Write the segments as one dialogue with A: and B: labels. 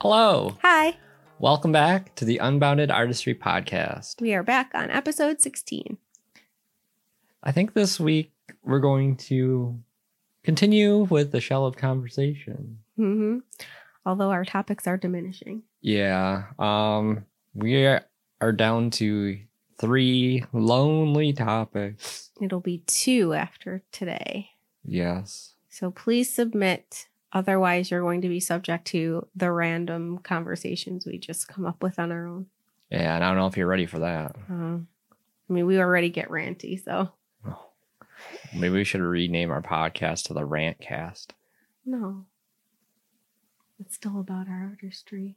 A: Hello.
B: Hi,
A: Welcome back to the Unbounded Artistry Podcast.
B: we are back on episode 16.
A: I think this week we're going to continue with the shell of conversation.
B: hmm Although our topics are diminishing.
A: Yeah. Um we are are down to three lonely topics.
B: It'll be two after today.
A: Yes.
B: So please submit. Otherwise, you're going to be subject to the random conversations we just come up with on our own.
A: Yeah, and I don't know if you're ready for that.
B: Uh, I mean, we already get ranty, so
A: Maybe we should rename our podcast to the Rantcast.
B: no. It's still about our artistry.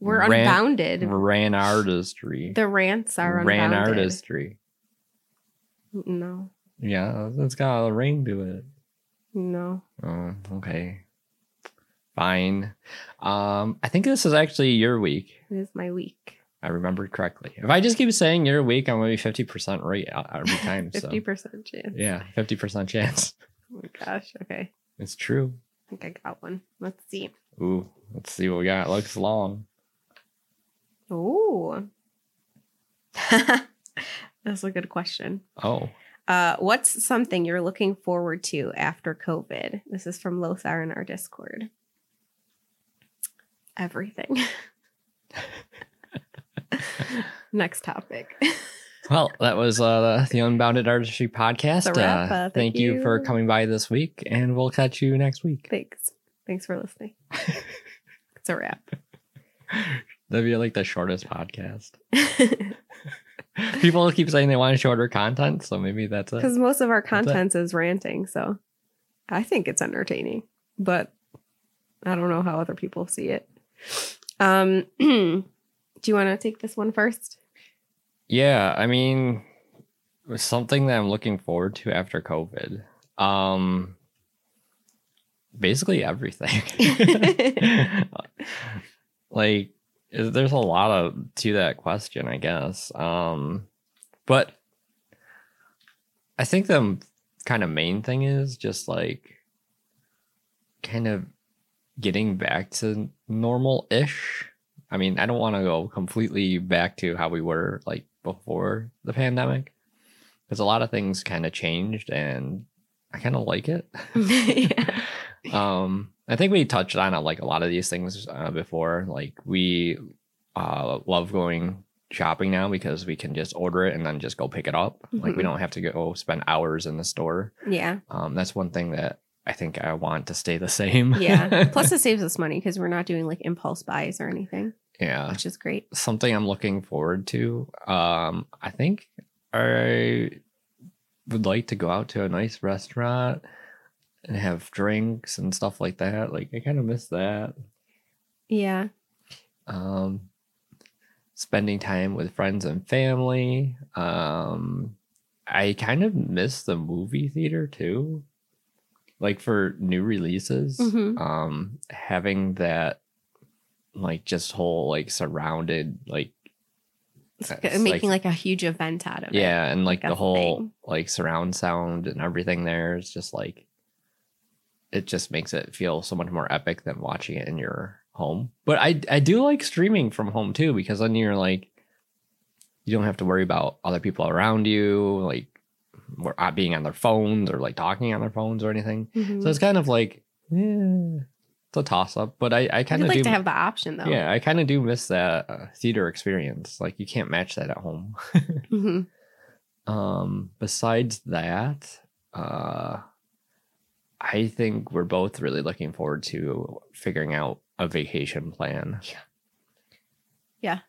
B: We're
A: Rant-
B: unbounded.
A: Ran artistry.
B: the rants are
A: Ran
B: unbounded.
A: artistry.
B: No,
A: Yeah, it's got a ring to it.
B: no.
A: Oh, okay. Fine. Um, I think this is actually your week.
B: It is my week.
A: I remembered correctly. If I just keep saying your week, I'm gonna be fifty percent right uh, every time. so
B: 50% chance.
A: yeah, fifty percent chance.
B: Oh my gosh. Okay.
A: It's true.
B: I think I got one. Let's see.
A: Ooh, let's see what we got. Looks long.
B: Oh. That's a good question.
A: Oh,
B: Uh, what's something you're looking forward to after COVID? This is from Lothar in our Discord. Everything. Next topic.
A: well, that was uh, the Unbounded Artistry podcast.
B: It's a wrap, uh,
A: uh,
B: thank
A: thank you for
B: you.
A: coming by this week, and we'll catch you next week.
B: Thanks. Thanks for listening. It's a wrap.
A: That'd be like the shortest podcast. People keep saying they want shorter content, so maybe that's it.
B: Because most of our
A: it.
B: contents is ranting, so I think it's entertaining, but I don't know how other people see it. Um, do you want to take this one first?
A: Yeah, I mean, it's something that I'm looking forward to after COVID. Um, basically everything. like, is- there's a lot of to that question, I guess. Um, but I think the kind of main thing is just like kind of getting back to normal ish. I mean, I don't want to go completely back to how we were like before the pandemic because a lot of things kind of changed and I kind of like it.
B: Yeah.
A: um, I think we touched on uh, like a lot of these things uh, before. Like we uh, love going shopping now because we can just order it and then just go pick it up. Like we
B: Mhm.
A: don't have to go spend hours in the store.
B: Yeah,
A: Um, that's one thing that I think I want to stay the same.
B: yeah. Plus, it saves us money because we're not doing like impulse buys or anything,
A: yeah.
B: which is great.
A: something I'm looking forward to. Um, I think I would like to go out to a nice restaurant and have drinks and stuff like that. Like I kind of miss that.
B: Yeah,
A: Um, spending time with friends and family. Um, I kind of miss the movie theater too. Like for new releases,
B: Mhm.
A: um, having that like just whole like surrounded like uh,
B: It's
A: That's
B: good- making like, a huge event out of it.
A: yeah and like
B: Like,
A: the
B: that's a
A: whole
B: thing.
A: like surround sound and everything there is just like it just makes it feel so much more epic than watching it in your home but i i do like streaming from home too because then you're like you don't have to worry about other people around you like we're uh, being on their phones or like talking on their phones or anything
B: Mhm.
A: so it's kind of like yeah it's a toss up but i i
B: I'd
A: kind of
B: like
A: do
B: to have the option though.
A: yeah i kind of do miss that uh, theater experience like you can't match that at home
B: hmm
A: um, besides that, uh, I think we're both really looking forward to figuring out a vacation plan
B: That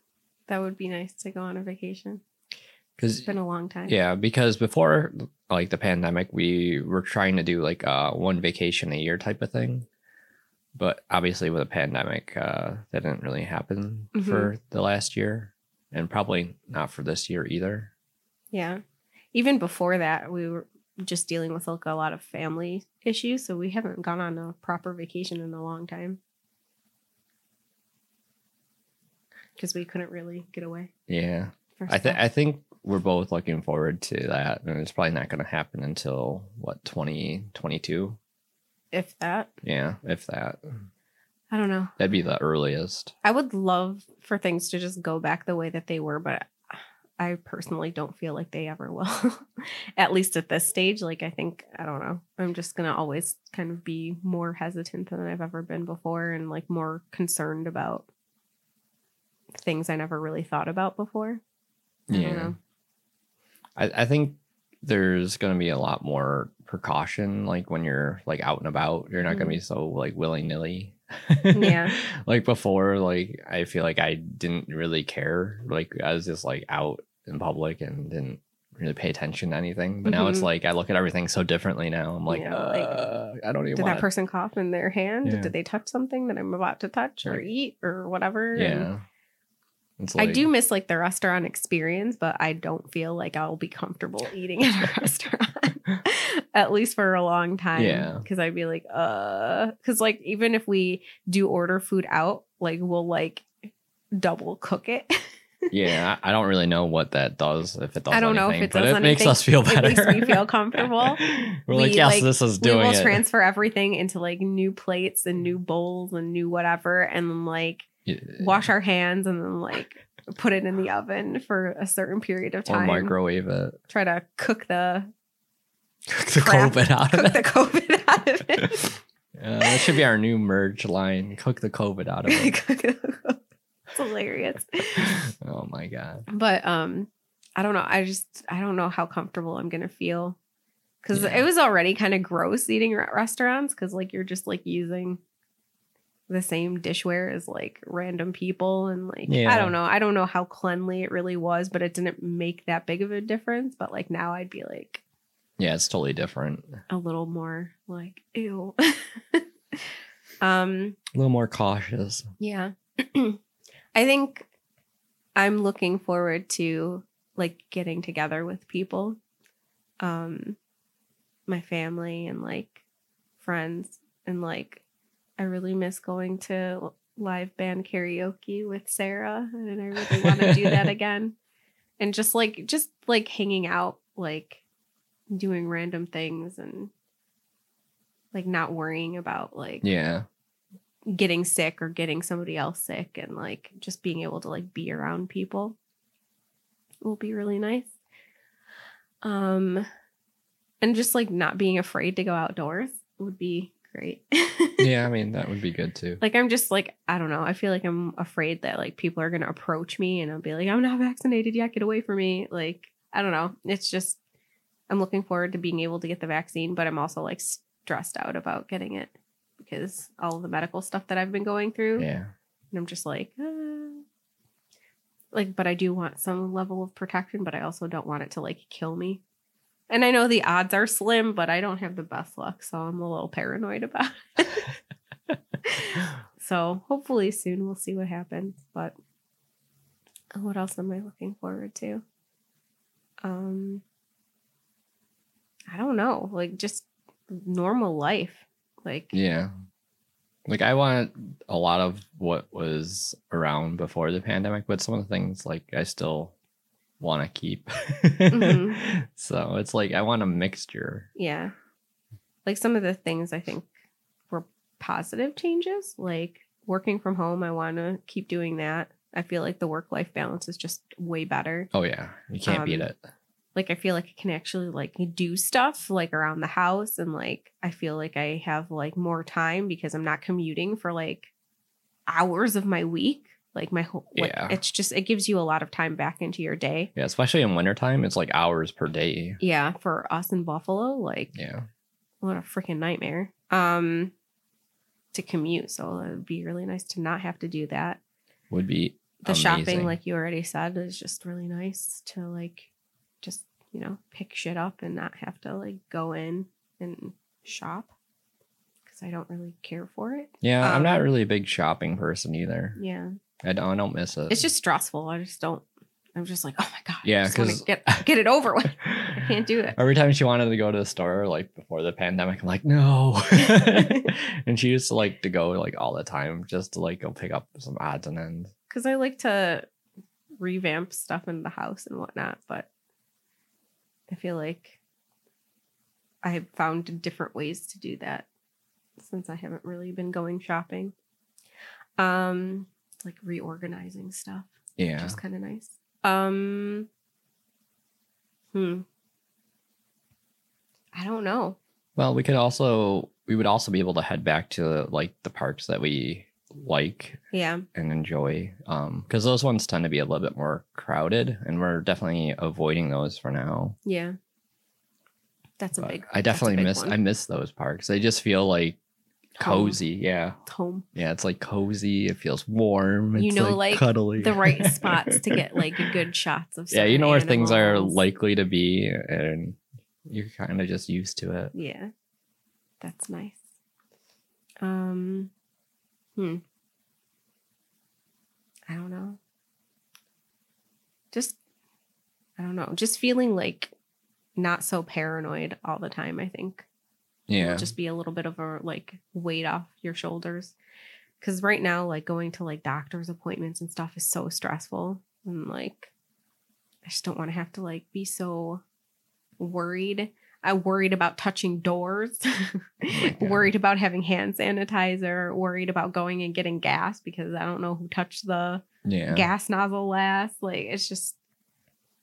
B: would be nice to go on a vacation. It's
A: because
B: been a long time.
A: yeah, because before like the pandemic, we were trying to do like uh, one vacation a year type of thing, but obviously with the pandemic, uh, that didn't really happen
B: Mhm.
A: for the last year, and probably not for this year either.
B: Yeah. Even before that, we were just dealing with like a lot of family issues, so we haven't gone on a proper vacation in a long time. Because we couldn't really get away.
A: Yeah.
B: for
A: I think
B: stuff.
A: I think we're both looking forward to that, and it's probably not going to happen until what twenty twenty two.
B: if that,
A: Yeah, if that.
B: I don't know.
A: That'd be the earliest.
B: I would love for things to just go back the way that they were, but I personally don't feel like they ever will. at least at this stage, like I think I don't know. I'm just going to always kind of be more hesitant than I've ever been before and like more concerned about things I never really thought about before. I don't know.
A: I, I think there's going to be a lot more precaution like when you're like out and about you're not going
B: Mhm.
A: to be so like willy-nilly
B: Yeah.
A: like before like i feel like i didn't really care like i was just like out in public and didn't really pay attention to anything but now it's
B: Mhm.
A: like i look at everything so differently now i'm like,
B: Yeah, like,
A: uh, i don't even
B: Did
A: want
B: that person cough in their hand?
A: Yeah.
B: Did they touch something that I'm about to touch or
A: Right.
B: eat or whatever? And
A: yeah it's
B: I do miss like the restaurant experience, but I don't feel like I'll be comfortable eating at a restaurant, at least for a long time.
A: Yeah.
B: Cause I'd be like, uh, cause like even if we do order food out, like we'll like double cook it.
A: yeah i I don't really know what that does if it does
B: I don't know if
A: anything,
B: it
A: but
B: does
A: it makes
B: anything.
A: us feel
B: it
A: better
B: makes me feel comfortable.
A: we're
B: We,
A: like yes
B: like,
A: this is
B: we
A: doing
B: will
A: it
B: transfer everything into like new plates and new bowls and new whatever and like
A: Yeah.
B: wash our hands and then like put it in the oven for a certain period of
A: or
B: time.
A: microwave it
B: Try to cook the
A: cook the
B: Crap.
A: COVID out
B: cook
A: of
B: the
A: it.
B: COVID out of it.
A: Uh, that should be our new merge line. Cook the COVID out of it.
B: Cook the- it's hilarious.
A: oh my god.
B: But um I don't know. I just I don't know how comfortable I'm gonna feel. Cause
A: Yeah.
B: it was already kind of gross eating at restaurants because like you're just like using the same dishware as like random people and like I
A: Yeah.
B: don't know. I don't know how cleanly it really was, but it didn't make that big of a difference. But like now I'd be like
A: Yeah, it's totally different.
B: a little more like ew. um
A: A little more cautious.
B: Yeah. I think I'm looking forward to like getting together with people. Um my family and like friends and like I really miss going to live band karaoke with Sarah and I really want to do that again. And just like just like hanging out like doing random things and like not worrying about like
A: Yeah.
B: getting sick or getting somebody else sick and like just being able to like be around people will be really nice um and just like not being afraid to go outdoors would be great
A: Yeah, I mean that would be good too.
B: like i'm just like i don't know i feel like i'm afraid that like people are gonna approach me and i'll be like i'm not vaccinated yet get away from me like i don't know it's just i'm looking forward to being able to get the vaccine but i'm also like stressed out about getting it because all the medical stuff that i've been going through
A: Yeah.
B: and i'm just like ah. like but i do want some level of protection but i also don't want it to like kill me and i know the odds are slim but i don't have the best luck so i'm a little paranoid about it so hopefully soon we'll see what happens. But what else am I looking forward to? Um, I don't know. Like just normal life. Like
A: Yeah. Like I want a lot of what was around before the pandemic, but some of the things like I still want to keep.
B: Mhm.
A: So it's like I want a mixture.
B: yeah, like some of the things I think were positive changes. Like working from home, I want to keep doing that. I feel like the work life balance is just way better.
A: Oh yeah, you can't
B: Um,
A: beat it.
B: like I feel like I can actually like do stuff like around the house and like I feel like I have like more time because I'm not commuting for like hours of my week. Like my whole like,
A: Yeah.
B: it's just it gives you a lot of time back into your day.
A: Yeah, especially in wintertime, it's like hours per day.
B: Yeah, for us in Buffalo, like
A: Yeah.
B: what a freaking nightmare. Um to commute, so it would be really nice to not have to do that.
A: Would be
B: the shopping
A: Amazing.
B: like you already said is just really nice to like just you know pick shit up and not have to like go in and shop because i don't really care for it
A: Yeah,
B: Um,
A: I'm not really a big shopping person either.
B: yeah
A: I don't, I don't miss it.
B: it's just stressful i just don't i'm just like oh my god I
A: Yeah,
B: just wanna
A: 'cause-
B: get get it over with
A: I
B: can't do it.
A: Every time she wanted to go to the store, like before the pandemic, I'm like, no. and she used to like to go like all the time just to like go pick up some odds and ends.
B: because i like to revamp stuff in the house and whatnot but i feel like i have found different ways to do that since i haven't really been going shopping Um, like reorganizing stuff,
A: Yeah.
B: which is kind of nice. Um, hmm. I don't know.
A: Well, we could also we would also be able to head back to like the parks that we like
B: Yeah.
A: and enjoy um because those ones tend to be a little bit more crowded and we're definitely avoiding those for now
B: Yeah. That's a
A: But
B: big.
A: i
B: that's a
A: definitely
B: big
A: miss
B: one.
A: i miss those parks they just feel like
B: Home.
A: cozy yeah
B: home.
A: yeah it's like cozy it feels warm
B: You
A: it's,
B: know, like,
A: cuddly
B: The right spots to get like good shots of.
A: yeah you know where
B: certain
A: things are
B: animals.
A: likely to be and you're kind of just used to it
B: Yeah, that's nice. Um, hmm. I don't know. Just, I don't know. Just feeling like not so paranoid all the time. I think
A: yeah
B: just be a little bit of a like weight off your shoulders because right now like going to like doctor's appointments and stuff is so stressful and like i just don't want to have to like be so worried i worried about touching doors
A: Oh my God.
B: worried about having hand sanitizer worried about going and getting gas because i don't know who touched the
A: yeah
B: gas nozzle last like it's just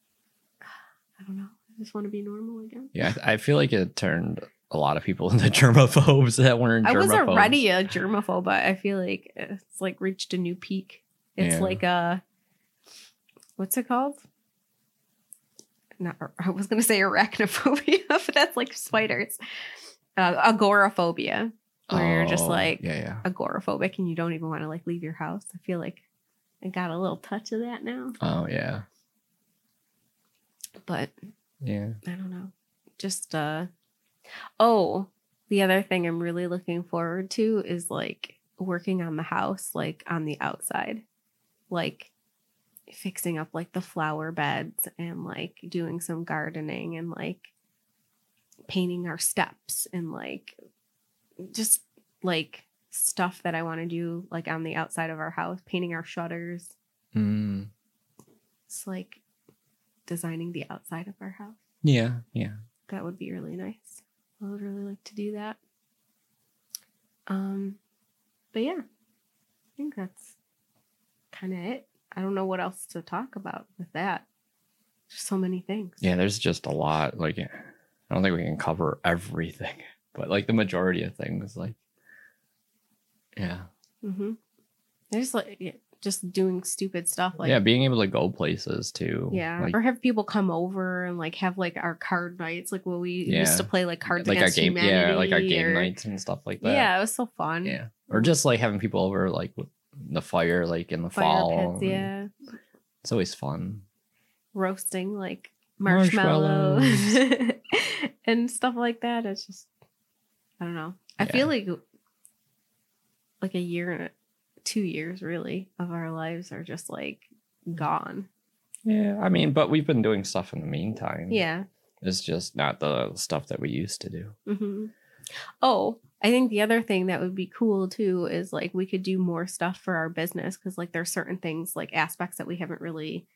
B: i don't know i just want to be normal again
A: Yeah, I, I feel like it turned a lot of people into germaphobes that weren't.
B: I was
A: germaphobes.
B: already a germaphobe, but I feel like it's like reached a new peak. It's
A: Yeah.
B: like a what's it called? Not I was gonna say arachnophobia, but that's like spiders. Uh, agoraphobia, where you're just
A: Oh,
B: like
A: yeah, yeah.
B: agoraphobic and you don't even want to like leave your house. I feel like I got a little touch of that now,
A: Oh yeah,
B: but
A: yeah.
B: I don't know. Just uh oh, the other thing I'm really looking forward to is like working on the house like on the outside. Like fixing up like the flower beds and like doing some gardening and like painting our steps and like just like stuff that I want to do like on the outside of our house, painting our shutters.
A: Mm,
B: It's like designing the outside of our house.
A: yeah, yeah.
B: That would be really nice. I would really like to do that. Um, but yeah, I think that's kind of it. I don't know what else to talk about with that. There's so many things.
A: Yeah, there's just a lot. Like, I don't think we can cover everything, but like the majority of things, like, yeah,
B: Mm-hmm. There's like yeah, just doing stupid stuff like
A: yeah, being able to go places too.
B: Yeah,
A: like,
B: or have people come over and like have like our card nights, like what we used
A: Yeah.
B: to play, like cards
A: like our
B: against
A: game,
B: humanity.
A: yeah, like our game
B: or-
A: nights and stuff like that.
B: Yeah, it was so fun.
A: yeah, or just like having people over, like with the fire, like in the
B: fire
A: fall.
B: pits.
A: and
B: Yeah,
A: it's always fun.
B: roasting like marshmallows, and stuff like that. It's just I don't know. I feel like like a year and a- two years really of our lives are just like gone.
A: Yeah, I mean, but we've been doing stuff in the meantime.
B: Yeah.
A: It's just not the stuff that we used to do.
B: hmm Oh, I think the other thing that would be cool too is like we could do more stuff for our business because like there's certain things like aspects that we haven't really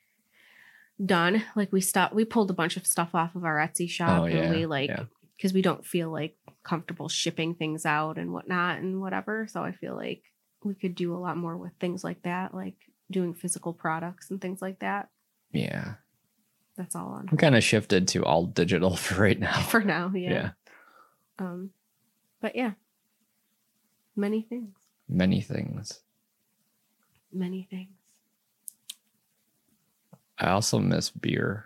B: done. Like we stopped, we pulled a bunch of stuff off of our Etsy shop
A: Oh, yeah,
B: and we like
A: yeah.
B: because we don't feel like comfortable shipping things out and whatnot and whatever. So I feel like we could do a lot more with things like that, like doing physical products and things like that.
A: Yeah.
B: That's all on
A: I'm kind of shifted to all digital for right now.
B: for now.
A: yeah.
B: yeah. Um, but yeah, many things.
A: Many things.
B: many things.
A: I also miss beer.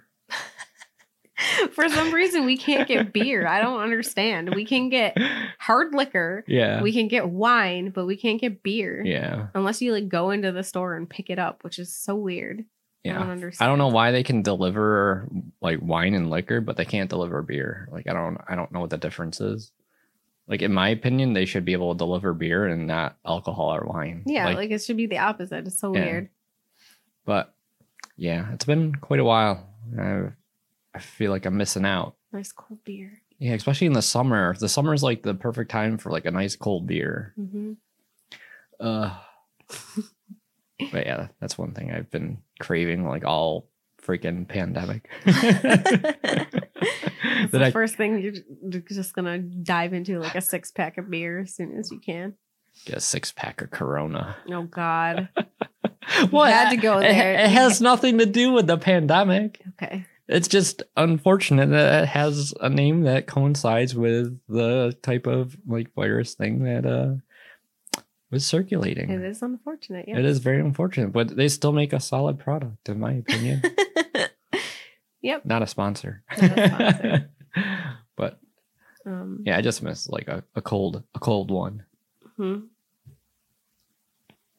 B: For some reason, we can't get beer. I don't understand. We can get hard liquor,
A: yeah.
B: we can get wine, but we can't get beer
A: yeah.
B: unless you like go into the store and pick it up, which is so weird. I don't
A: Yeah.
B: understand.
A: I don't know why they can deliver like wine and liquor, but they can't deliver beer. Like I don't I don't know what the difference is. Like in my opinion, they should be able to deliver beer and not alcohol or wine.
B: Yeah, like,
A: Like,
B: it should be the opposite. It's so
A: Yeah.
B: weird.
A: but yeah, it's been quite a while. I I feel like I'm missing out.
B: Nice cold beer.
A: Yeah, especially in the summer. The summer's like the perfect time for like a nice cold beer.
B: hmm
A: Uh But yeah, that's one thing I've been craving like all freaking pandemic.
B: That's
A: that
B: the
A: I
B: first thing you're j- just gonna dive into like a six pack of beer as soon as you can.
A: Get a six pack of Corona.
B: Oh God.
A: well,
B: had to go
A: it-
B: there.
A: It, has nothing to do with the pandemic.
B: Okay.
A: It's just unfortunate that it has a name that coincides with the type of like virus thing that uh was circulating.
B: It is unfortunate.
A: It
B: Yeah.
A: is very unfortunate, but they still make a solid product, in my opinion.
B: yep.
A: Not a sponsor.
B: Not a sponsor.
A: but
B: Um,
A: yeah, I just miss like a, a cold, a cold one.
B: mhm.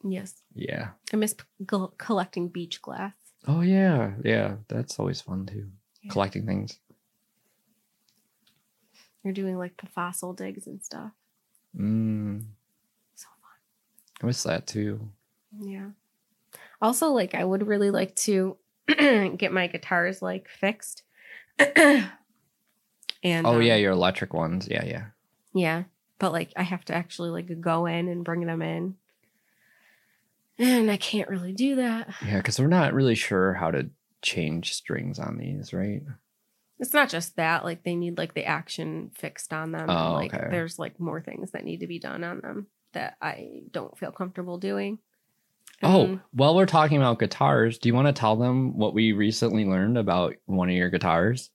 B: Yes.
A: Yeah.
B: I miss p- gl- collecting beach glass.
A: Oh yeah, yeah. That's always fun too.
B: Yeah.
A: Collecting things.
B: You're doing like the fossil digs and stuff.
A: Mm,
B: So
A: I miss that too.
B: fun. Yeah. Also, like I would really like to get my guitars like fixed. and
A: Oh
B: um,
A: yeah, your electric ones. Yeah, yeah.
B: Yeah. But like I have to actually like go in and bring them in. And I can't really do that.
A: Yeah, because we're not really sure how to change strings on these, right?
B: It's not just that, like they need like the action fixed on them. and,
A: Oh,
B: like
A: okay.
B: there's like more things that need to be done on them that I don't feel comfortable doing.
A: Oh,
B: And
A: while we're talking about guitars, do you want to tell them what we recently learned about one of your guitars?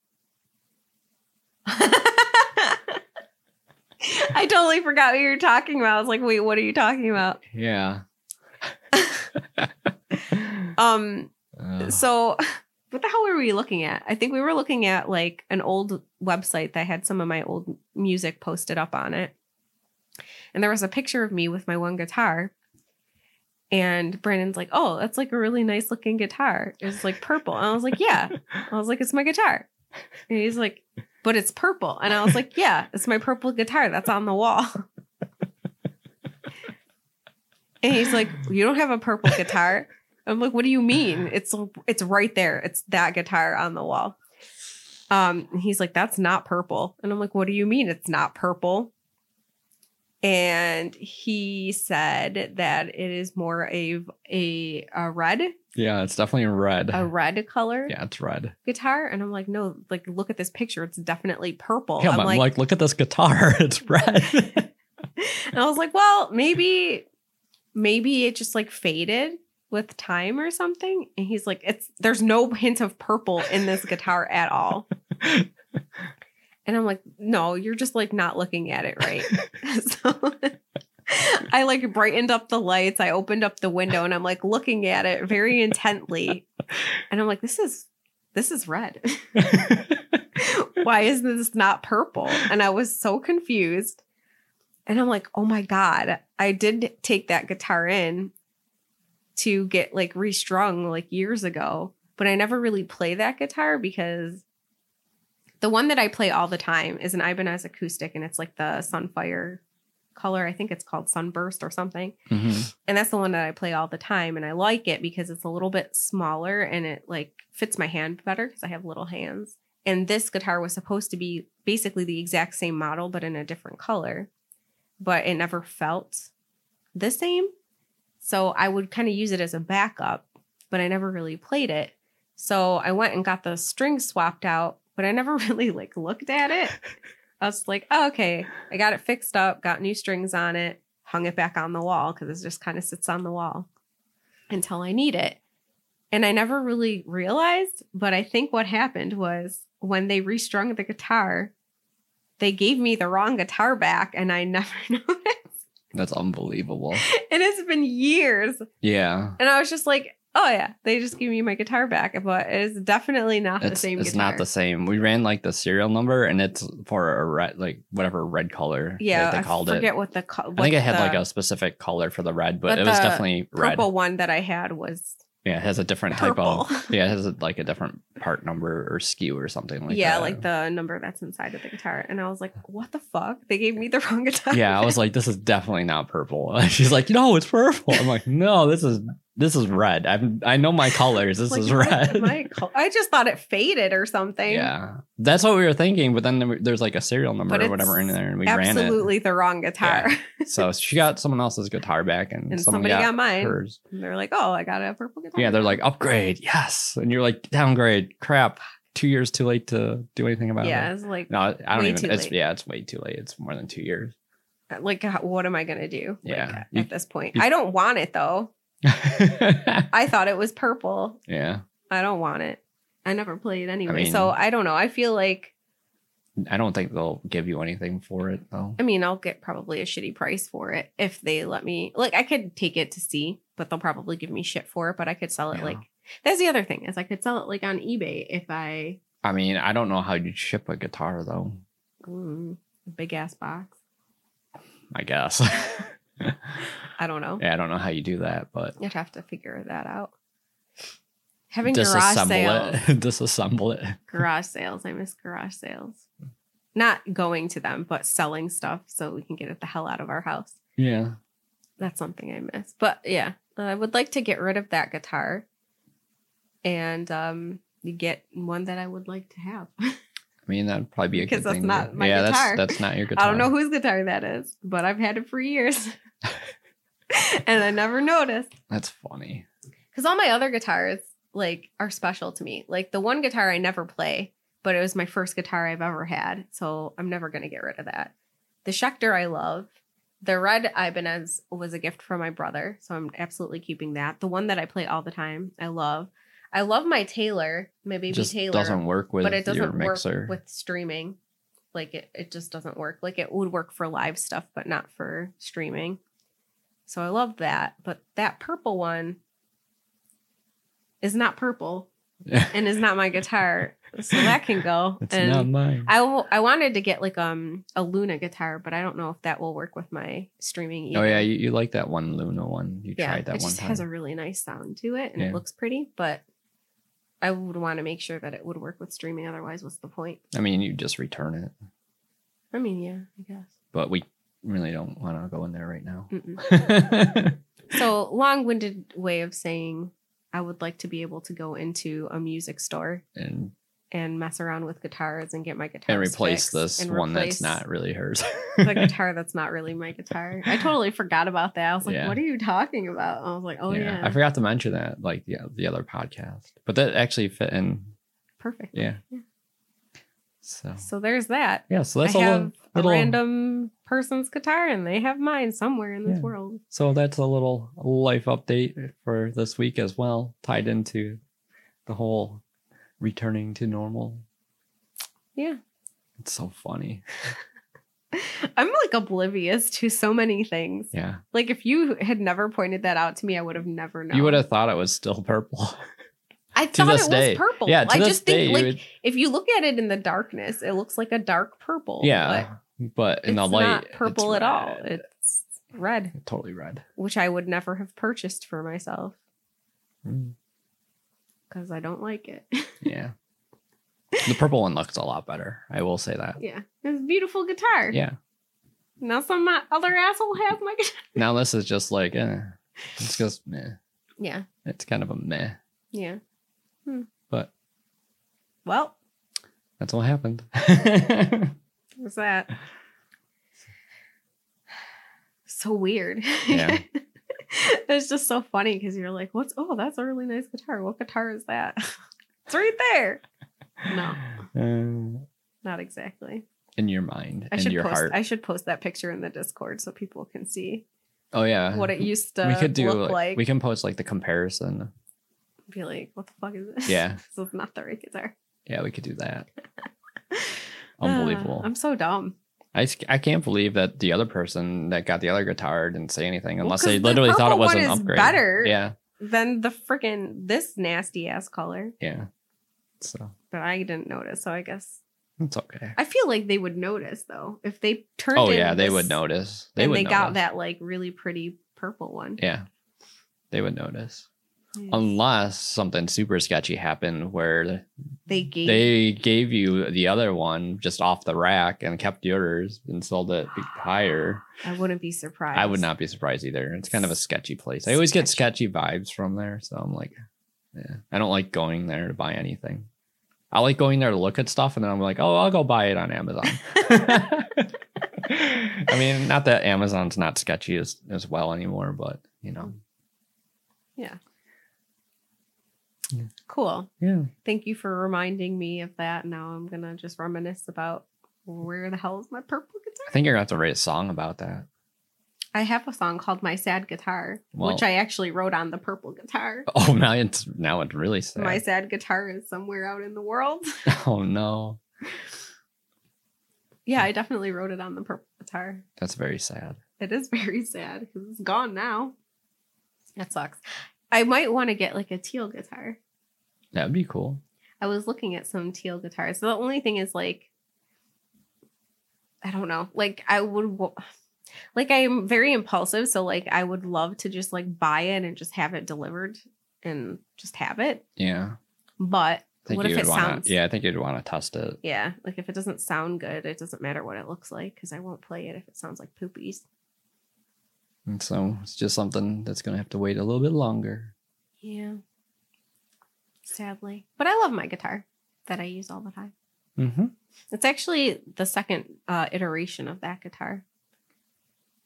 B: I totally forgot what you were talking about. I was like, wait, what are you talking about?
A: Yeah.
B: Um
A: Ugh.
B: So, what the hell were we looking at? I think we were looking at like an old website that had some of my old music posted up on it. And there was a picture of me with my one guitar. And Brandon's like, oh, that's like a really nice looking guitar. It was like purple. And I was like, yeah. I was like, it's my guitar. And he's like, but it's purple. And I was like, yeah, it's my purple guitar that's on the wall. And he's like, you don't have a purple guitar. I'm like, what do you mean? It's it's right there. It's that guitar on the wall. Um, and he's like, that's not purple. And I'm like, what do you mean it's not purple? And he said that it is more a a, a red,
A: Yeah, it's definitely red.
B: a red color
A: yeah, it's red.
B: guitar. And I'm like, no, like look at this picture. It's definitely purple.
A: Yeah,
B: I'm
A: but like, look at this guitar. It's red.
B: and I was like, well, maybe, maybe it just like faded with time or something. And he's like, it's there's no hint of purple in this guitar at all. And I'm like, no, you're just like not looking at it right. so I like brightened up the lights. I opened up the window and I'm like looking at it very intently. And I'm like, this is this is red. Why is this not purple? And I was so confused. And I'm like, oh my God, I did take that guitar in to get like restrung like years ago, but I never really play that guitar because the one that I play all the time is an Ibanez acoustic and it's like the Sunfire color. I think it's called Sunburst or something.
A: Mhm.
B: And that's the one that I play all the time. And I like it because it's a little bit smaller and it like fits my hand better because I have little hands. And this guitar was supposed to be basically the exact same model, but in a different color. But it never felt the same. So I would kind of use it as a backup, but I never really played it. So I went and got the strings swapped out, but I never really like looked at it. I was like, oh, okay, I got it fixed up, got new strings on it, hung it back on the wall because it just kind of sits on the wall until I need it. And I never really realized, but I think what happened was when they restrung the guitar, they gave me the wrong guitar back and I never noticed.
A: That's unbelievable.
B: And it's been years
A: Yeah.
B: and I was just like, oh yeah, they just gave me my guitar back, but it's definitely not the
A: It's,
B: same
A: it's
B: guitar.
A: not the same. We ran like the serial number and it's for a red, like whatever red color
B: yeah,
A: that they
B: I
A: called it.
B: forget what the co-
A: I think
B: what
A: it had like
B: the
A: a specific color for the red, but,
B: but
A: it was
B: the
A: definitely red.
B: purple one that I had was
A: Yeah, it has a different
B: purple.
A: type of. Yeah, it has a, like a different part number or skew or something like
B: yeah,
A: that.
B: like the number that's inside of the guitar, and I was like, what the fuck? They gave me the wrong guitar.
A: Yeah, I was like, this is definitely not purple. And she's like, no, it's purple. I'm like, no, this is this is red. I'm I know my colors. This
B: Like,
A: is
B: what
A: red.
B: am I col- I just thought it faded or something.
A: Yeah, that's what we were thinking. But then there- there's like a serial number
B: But
A: or whatever in
B: it's
A: there, and we
B: Absolutely the wrong guitar.
A: ran it. So she got someone else's guitar back, and,
B: And
A: someone
B: somebody
A: got,
B: got, mine.
A: hers.
B: And they're like, oh, I got a purple guitar.
A: Yeah, they're like upgrade, yes, and you're like downgrade, crap. Two years too late to do anything about
B: yeah,
A: it.
B: it's like
A: No, I don't
B: Way
A: even.
B: too
A: It's
B: late.
A: yeah, it's way too late. It's more than two years.
B: like how, what am i gonna do like,
A: Yeah.
B: at,
A: You-
B: at this point
A: you-
B: i don't want it though i thought it was purple
A: yeah.
B: i don't want it i never played anyway
A: mean-
B: so i don't know i feel like
A: I don't think they'll give you anything for it though.
B: i mean i'll get probably a shitty price for it if they let me like i could take it to see but they'll probably give me shit for it but i could sell it
A: Yeah.
B: like that's the other thing is i could sell it like on ebay if i
A: I mean, I don't know how you'd ship a guitar though,
B: mm, big ass box
A: I guess. yeah,
B: i don't know
A: I don't know how you do that, but
B: You'd have to figure that out. Having garage
A: disassemble
B: sales,
A: it. disassemble it.
B: garage sales. I miss garage sales. Not going to them, but selling stuff so we can get it the hell out of our house.
A: Yeah.
B: That's something I miss. But yeah, I would like to get rid of that guitar and um, get one that I would like to have.
A: I mean, that'd probably be a
B: Because
A: good
B: that's
A: thing. to
B: not
A: do.
B: my
A: yeah, that's
B: guitar.
A: that's not your guitar.
B: I don't know whose guitar that is, but I've had it for years and I never noticed.
A: That's funny.
B: because all my other guitars like are special to me like the one guitar i never play but it was my first guitar i've ever had so i'm never going to get rid of that the schecter i love the red ibanez was a gift from my brother so i'm absolutely keeping that the one that i play all the time i love i love my taylor my baby
A: It just
B: taylor
A: doesn't work with
B: but it
A: your
B: doesn't work
A: mixer.
B: with streaming like it, it just doesn't work like it would work for live stuff but not for streaming so i love that but that purple one is not purple and is not my guitar so that can go
A: it's
B: and
A: not mine.
B: I, w- I wanted to get like um a luna guitar but i don't know if that will work with my streaming
A: oh
B: either.
A: yeah, you, you like that one Luna one. You tried that
B: it
A: one
B: just
A: time.
B: has a really nice sound to it and
A: Yeah.
B: it looks pretty but i would want to make sure that it would work with streaming otherwise what's the point
A: I mean, you just return it,
B: i mean yeah i guess
A: but we really don't want to go in there right now.
B: Mm-mm. Mm. So, long winded way of saying I would like to be able to go into a music store
A: and
B: and mess around with guitars and get my guitar
A: and replace this one that's not really hers.
B: the guitar that's not really my guitar. I totally forgot about that. I was like,
A: Yeah.
B: what are you talking about? I was like, oh, yeah.
A: I forgot to mention that, like the the other podcast, but that actually fit in.
B: Perfect.
A: Yeah.
B: Yeah.
A: So
B: So, there's that.
A: yeah, so that's
B: I
A: a
B: have
A: little,
B: a
A: little-
B: random person's guitar and they have mine somewhere in this
A: Yeah.
B: world.
A: So that's a little life update for this week as well, tied into the whole returning to normal.
B: Yeah.
A: It's so funny.
B: I'm like oblivious to so many things.
A: Yeah.
B: Like, if you had never pointed that out to me, I would have never known.
A: You would have thought it was still purple.
B: I
A: to
B: thought
A: this
B: it
A: day.
B: was purple.
A: Yeah, to
B: I
A: this
B: just
A: day,
B: think
A: you
B: like
A: would-
B: if you look at it in the darkness, it looks like a dark purple.
A: yeah. But
B: but
A: in the
B: it's
A: light,
B: not
A: it's
B: purple at all.
A: red.
B: It's red,
A: totally red.
B: which I would never have purchased for myself
A: Mm,
B: because I don't like it.
A: Yeah. the purple one looks a lot better. I will say that.
B: yeah, it's a beautiful guitar.
A: Yeah.
B: Now some my other asshole has my guitar.
A: Now this is just like, eh, it's just meh.
B: Yeah,
A: It's kind of a meh,
B: yeah. Hmm.
A: but
B: Well,
A: that's what happened.
B: what's that? So weird.
A: Yeah.
B: it's just so funny because you're like, what's oh, that's a really nice guitar. What guitar is that? it's right there. No.
A: Uh,
B: Not exactly.
A: in your mind
B: I
A: and
B: should
A: your
B: post
A: heart.
B: I should post that picture in the Discord so people can see
A: oh yeah.
B: what it used to
A: we could do
B: look like.
A: we can post like the comparison.
B: be like, what the fuck is this?
A: Yeah.
B: this is not the right guitar.
A: Yeah, we could do that.
B: Ah,
A: Unbelievable.
B: I'm so dumb.
A: I, s- I can't believe that the other person that got the other guitar didn't say anything
B: Well,
A: unless
B: 'cause
A: they
B: the
A: literally thought it
B: purple
A: was
B: one
A: an
B: is
A: upgrade.
B: better.
A: Yeah,
B: Then the freaking this nasty ass color.
A: yeah. So
B: But I didn't notice, so I guess
A: it's okay.
B: I feel like they would notice though. If they turned
A: Oh
B: in
A: yeah, they would
B: this-
A: notice. They
B: and
A: would
B: they
A: notice.
B: got that like really pretty purple one.
A: Yeah, they would notice
B: Yeah.
A: unless something super sketchy happened where
B: they gave
A: they gave you the other one just off the rack and kept yours and sold it higher.
B: I wouldn't be surprised.
A: I would not be surprised either. It's kind of a sketchy place. I always get sketchy vibes from there, so I'm like, yeah, I don't like going there to buy anything. I like going there to look at stuff, and then I'm like, oh, I'll go buy it on Amazon. I mean, not that Amazon's not sketchy as as well anymore, but you know,
B: Cool.
A: yeah,
B: Thank you for reminding me of that. Now I'm gonna just reminisce about where the hell is my purple guitar?
A: I think you're gonna have to write a song about that.
B: I have a song called My Sad Guitar,
A: Well-
B: which I actually wrote on the purple guitar.
A: Oh, now it's now it's really sad.
B: My sad guitar is somewhere out in the world.
A: Oh no,
B: yeah, I definitely wrote it on the purple guitar.
A: that's very sad.
B: It is very sad because it's gone now. That sucks. I might want to get like a teal guitar.
A: That would be cool.
B: I was looking at some teal guitars. The only thing is like I don't know. Like I would wa- like I'm very impulsive, so like I would love to just like buy it and just have it delivered and just have it.
A: Yeah,
B: But
A: I think
B: what if
A: you'd
B: it
A: wanna,
B: sounds
A: Yeah, I think you'd want to test it.
B: Yeah, like if it doesn't sound good, it doesn't matter what it looks like because I won't play it if it sounds like poopies.
A: And so it's just something that's gonna have to wait a little bit longer.
B: Yeah. Sadly. But I love my guitar that I use all the time.
A: Mm-hmm.
B: It's actually the second uh, iteration of that guitar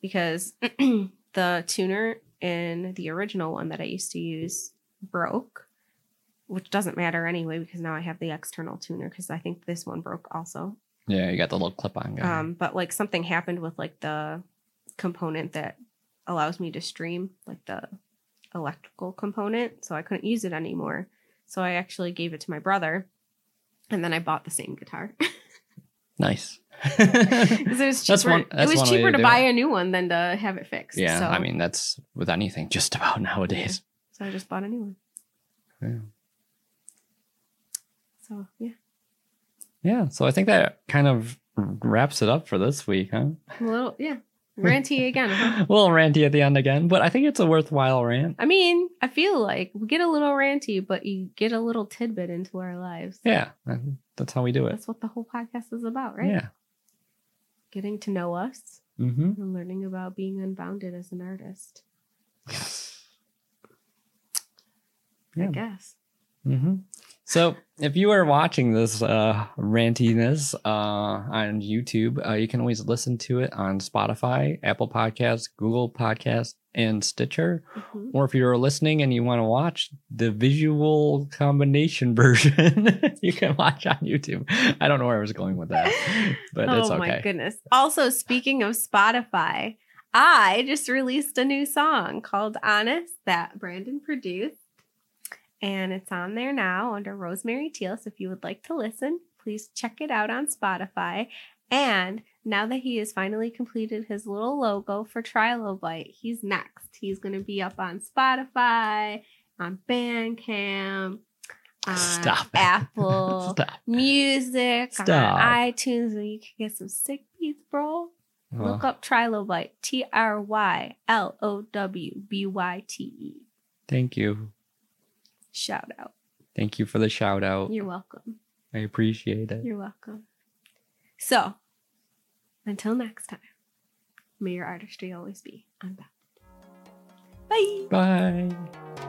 B: because the tuner in the original one that I used to use broke, which doesn't matter anyway because now I have the external tuner because I think this one broke also.
A: Yeah, you got the little clip-on guy.
B: Um, but like something happened with like the component that allows me to stream, like the electrical component. So I couldn't use it anymore. So I actually gave it to my brother and then I bought the same guitar.
A: nice.
B: Because it was cheaper.
A: That's one- that's
B: it was
A: one way
B: cheaper
A: to
B: to,
A: do
B: buy
A: it.
B: a new one than to have it fixed.
A: yeah,
B: so,
A: I mean that's with anything just about nowadays.
B: so I just bought a new one.
A: Yeah.
B: So yeah,
A: Yeah, so I think that kind of wraps it up for this week, huh?
B: a little yeah, ranty again. huh?
A: a little ranty at the end again, but I think it's a worthwhile rant.
B: Uh-huh. I mean, I feel like we get a little ranty, but you get a little tidbit into our lives.
A: Yeah, and that's how we do it.
B: That's what the whole podcast is about, right?
A: Yeah.
B: Getting to know us
A: Mm-hmm.
B: and learning about being unbounded as an artist.
A: Yeah.
B: I guess.
A: Mm-hmm. So, if you are watching this uh, rantiness uh, on YouTube, uh, you can always listen to it on Spotify, Apple Podcasts, Google Podcasts, and Stitcher.
B: Mhm.
A: Or if you're listening and you want to watch the visual combination version, you can watch on YouTube. I don't know where I was going with that, but
B: oh
A: it's okay.
B: my goodness. Also, speaking of Spotify, I just released a new song called Honest that Brandon produced. And it's on there now under Rosemary Teal. So if you would like to listen, please check it out on Spotify. And now that he has finally completed his little logo for Trilobite, he's next. He's going to be up on Spotify, on Bandcamp, on
A: Stop it.
B: Apple
A: Stop.
B: music
A: Stop.
B: on iTunes, and you can get some sick beats, bro. Look
A: Well,
B: up Trilobite, T R Y L O W B Y T E.
A: thank you.
B: Shout out.
A: Thank you for the shout out.
B: You're welcome.
A: I appreciate it.
B: You're welcome. So, until next time, may your artistry always be unbound. Bye.
A: Bye.